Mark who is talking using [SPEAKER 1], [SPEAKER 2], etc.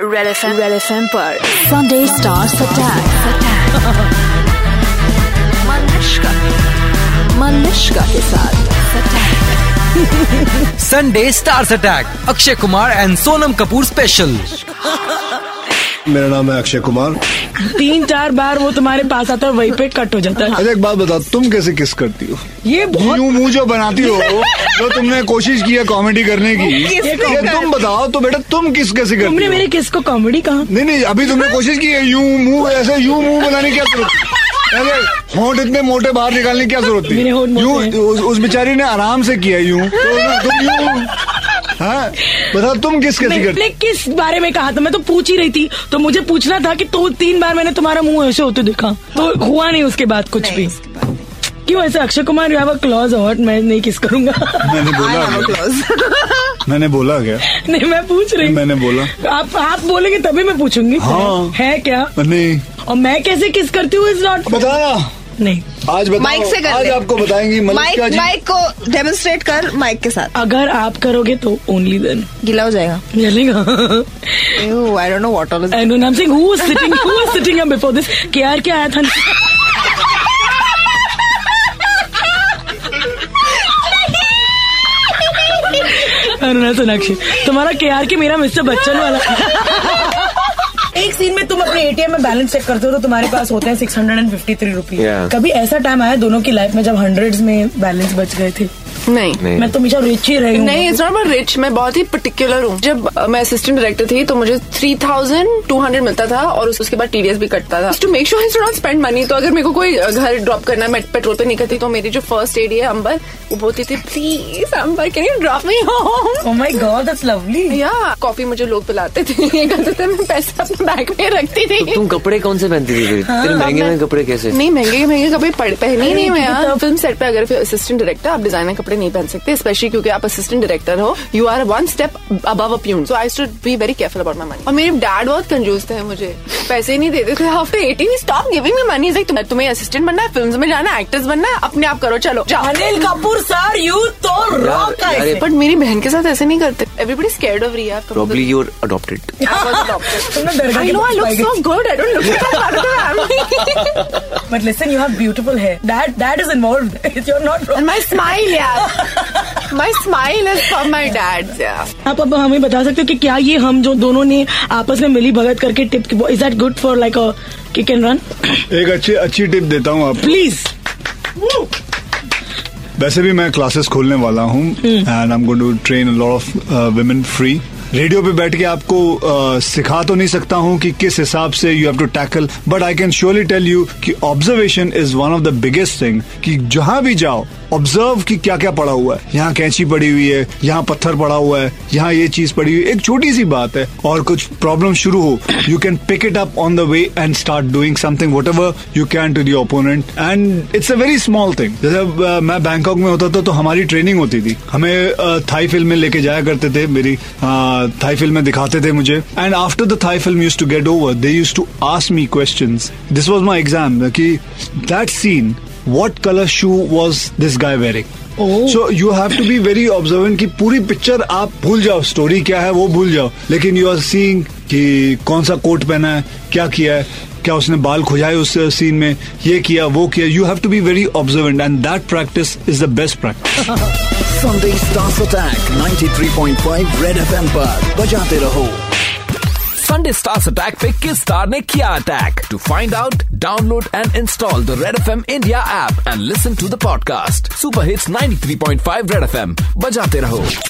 [SPEAKER 1] Red F M Red F M पर Sunday stars attack Manushka Manushka के साथ
[SPEAKER 2] Sunday stars attack Akshay Kumar and Sonam Kapoor special
[SPEAKER 3] मेरा नाम है अक्षय कुमार
[SPEAKER 4] तीन चार बार वो तुम्हारे पास आता है वहीं पे कट हो जाता है
[SPEAKER 3] अच्छा एक बात बताओ तुम कैसे किस करती हो
[SPEAKER 4] हाँ। ये बहुत
[SPEAKER 3] यूं मुंह जो बनाती हो जो तुमने कोशिश की है कॉमेडी करने की
[SPEAKER 4] किसको
[SPEAKER 3] ये
[SPEAKER 4] कर-
[SPEAKER 3] तुम बताओ तो बेटा तुम किस कैसे करती
[SPEAKER 4] तुमने
[SPEAKER 3] हो
[SPEAKER 4] मेरे किस को कॉमेडी कहा
[SPEAKER 3] नहीं नहीं अभी तुमने कोशिश की है यूं मुंह ऐसे यूं मुंह बनाने की क्या जरूरत थी? ऐसे होंठ इतने मोटे बाहर निकालने की क्या जरूरत थी
[SPEAKER 4] मेरे होंठ मोटे
[SPEAKER 3] यूं
[SPEAKER 4] हैं।
[SPEAKER 3] उस, उस बेचारी ने आराम से किया यूं तो उसने- तुम यूं हाँ बताओ तुम किस कैसे करती
[SPEAKER 4] मैंने किस बारे में कहा था मैं तो पूछ ही रही थी तो मुझे पूछना था कि तो तीन बार मैंने तुम्हारा मुंह ऐसे होते देखा तो हुआ नहीं उसके बाद कुछ भी क्यों ऐसे Akshay Kumar you have a clause hot मैं नहीं किस करूंगा
[SPEAKER 3] मैंने बोला
[SPEAKER 4] हाँ,
[SPEAKER 3] क्या? मैंने बोला क्या
[SPEAKER 4] नहीं मैं पूछ रही हूँ
[SPEAKER 3] मैंने बोला
[SPEAKER 4] आप आप बोलेंगे तभी मैं पूछूंगी
[SPEAKER 3] हाँ।
[SPEAKER 4] है क्या
[SPEAKER 3] नहीं
[SPEAKER 4] और मैं कैसे किस करती हूँ इज नॉट
[SPEAKER 3] बताना
[SPEAKER 4] नहीं
[SPEAKER 3] आज
[SPEAKER 5] माइक से
[SPEAKER 3] बताओ
[SPEAKER 5] कर
[SPEAKER 3] आज
[SPEAKER 5] ले।
[SPEAKER 3] आपको बताएंगी
[SPEAKER 5] माइक
[SPEAKER 3] मलिका जी
[SPEAKER 5] माइक को डेमोन्स्ट्रेट कर माइक के साथ
[SPEAKER 4] अगर आप करोगे तो ओनली देन
[SPEAKER 5] गीला हो जाएगा
[SPEAKER 4] चलेगा
[SPEAKER 5] I don't know what all is
[SPEAKER 4] And I'm saying, who was sitting, who was sitting up before this? KR क्या आया था अनुना सोनाक्षी तुम्हारा के आर के मेरा मिस्टर बच्चन वाला एक सीन में तुम अपने एटीएम में बैलेंस चेक करते हो तो तुम्हारे पास होते हैं six hundred and fifty three rupees
[SPEAKER 6] Yeah.
[SPEAKER 4] कभी ऐसा टाइम आया दोनों की लाइफ में जब हंड्रेड में बैलेंस बच गए थे
[SPEAKER 7] नहीं
[SPEAKER 6] नहीं
[SPEAKER 4] मैं तो हमेशा रिच ही रही हूँ
[SPEAKER 7] नहीं इट्स नॉट अबाउट रिच मैं बहुत ही पर्टिकुलर हूँ जब अ, मैं असिस्टेंट डायरेक्टर थी तो मुझे थ्री थाउजेंड टू हंड्रेड मिलता था और उस- उसके बाद टीडीएस भी कटता था to make sure I not spend money तो अगर मेरे को कोई अ, घर ड्रॉप करना है, मैं पेट्रोल पे नहीं करती तो मेरी जो फर्स्ट एड है अंबर वो बोलती थी please Ambar can you drop me home
[SPEAKER 4] Oh my god, that's lovely.
[SPEAKER 7] या कॉफी मुझे लोग पिलाते थे ये करते थे मैं पैसे अपने बैग में रखती थी
[SPEAKER 6] तुम कपड़े कौन से पहनती थी फिर? तेरे महंगे महंगे तो कपड़े कैसे
[SPEAKER 7] नहीं महंगे महंगे कपड़े पड़- पहने ही नहीं मैं
[SPEAKER 4] तो-
[SPEAKER 7] यार फिल्म सेट पे अगर फिर असिस्टेंट डायरेक्टर आप डिजाइनर कपड़े नहीं पहन सकते स्पेशली क्योंकि आप असिस्टेंट डायरेक्टर हो you are one step above a peon so I should be very careful about my money और मेरे डैड बहुत कंजूस थे मुझे पैसे ही नहीं देते थे after eighteen stop giving me money तुम्हें असिस्टेंट बनना है फिल्म में जाना है एक्टर्स बनना है अपने आप करो चलो जाओ
[SPEAKER 4] अनिल कपूर सर यू तो रॉक
[SPEAKER 6] यार,
[SPEAKER 4] ऐसे
[SPEAKER 6] ये-
[SPEAKER 7] बट मेरी बहन के साथ ऐसे नहीं करते everybody scared of Riya
[SPEAKER 6] probably your adopted
[SPEAKER 4] तुमने दरगाह
[SPEAKER 7] I
[SPEAKER 4] के
[SPEAKER 7] know I
[SPEAKER 4] पास
[SPEAKER 7] look
[SPEAKER 4] पाई
[SPEAKER 7] so good. I don't look like part of the family.
[SPEAKER 4] गई। But listen, you have beautiful hair. That that is involved. You're not wrong.
[SPEAKER 7] And my smile, yeah. my smile is from my dad's, yeah.
[SPEAKER 4] आप अब हमें बता सकते हो कि क्या ये हम जो दोनों ने आपस में मिली भगत करके tip is that good for like a kick and run
[SPEAKER 3] एक अच्छी अच्छी टिप देता हूँ आप
[SPEAKER 4] प्लीज
[SPEAKER 3] वैसे भी मैं क्लासेस खोलने वाला हूँ
[SPEAKER 5] हम्म।
[SPEAKER 3] And I am going to train lot of uh, women free radio पे बैठ के आपको अ, सिखा तो नहीं सकता हूँ कि किस हिसाब से you have to tackle but I can surely tell you कि observation is one of the biggest thing कि जहां भी जाओ ऑब्जर्व कि क्या क्या पड़ा हुआ है यहाँ कैंची पड़ी हुई है यहाँ पत्थर पड़ा हुआ है यहाँ ये चीज पड़ी हुई है एक छोटी सी बात है और कुछ प्रॉब्लम शुरू हो you can pick it up on the way and start doing something whatever you can to the opponent and it's a very small thing जैसे uh, मैं बैंकॉक में होता था तो हमारी ट्रेनिंग होती थी हमें uh, थाई फिल्में लेके जाया करते थे मेरी uh, थाई फिल्में दिखाते थे मुझे and after the Thai film used to get over they used to ask me question this was my exam कि that scene what colour shoe was this guy wearing so you have to be very observant कि पूरी picture आप भूल जाओ story क्या है वो भूल जाओ लेकिन यू आर सीइंग कि कौन सा कोट पहना है क्या किया है क्या उसने बाल खुजाए उस सीन में ये किया वो किया you have to be very observant and that practice is the best practice
[SPEAKER 8] Sunday Stars Attack 93.5 Red FM पर बजाते रहो
[SPEAKER 9] संडे स्टार्स अटैक पे किस स्टार ने किया attack to find out download and install the red F M India app and listen to the podcast super hits 93.5 red F M बजाते रहो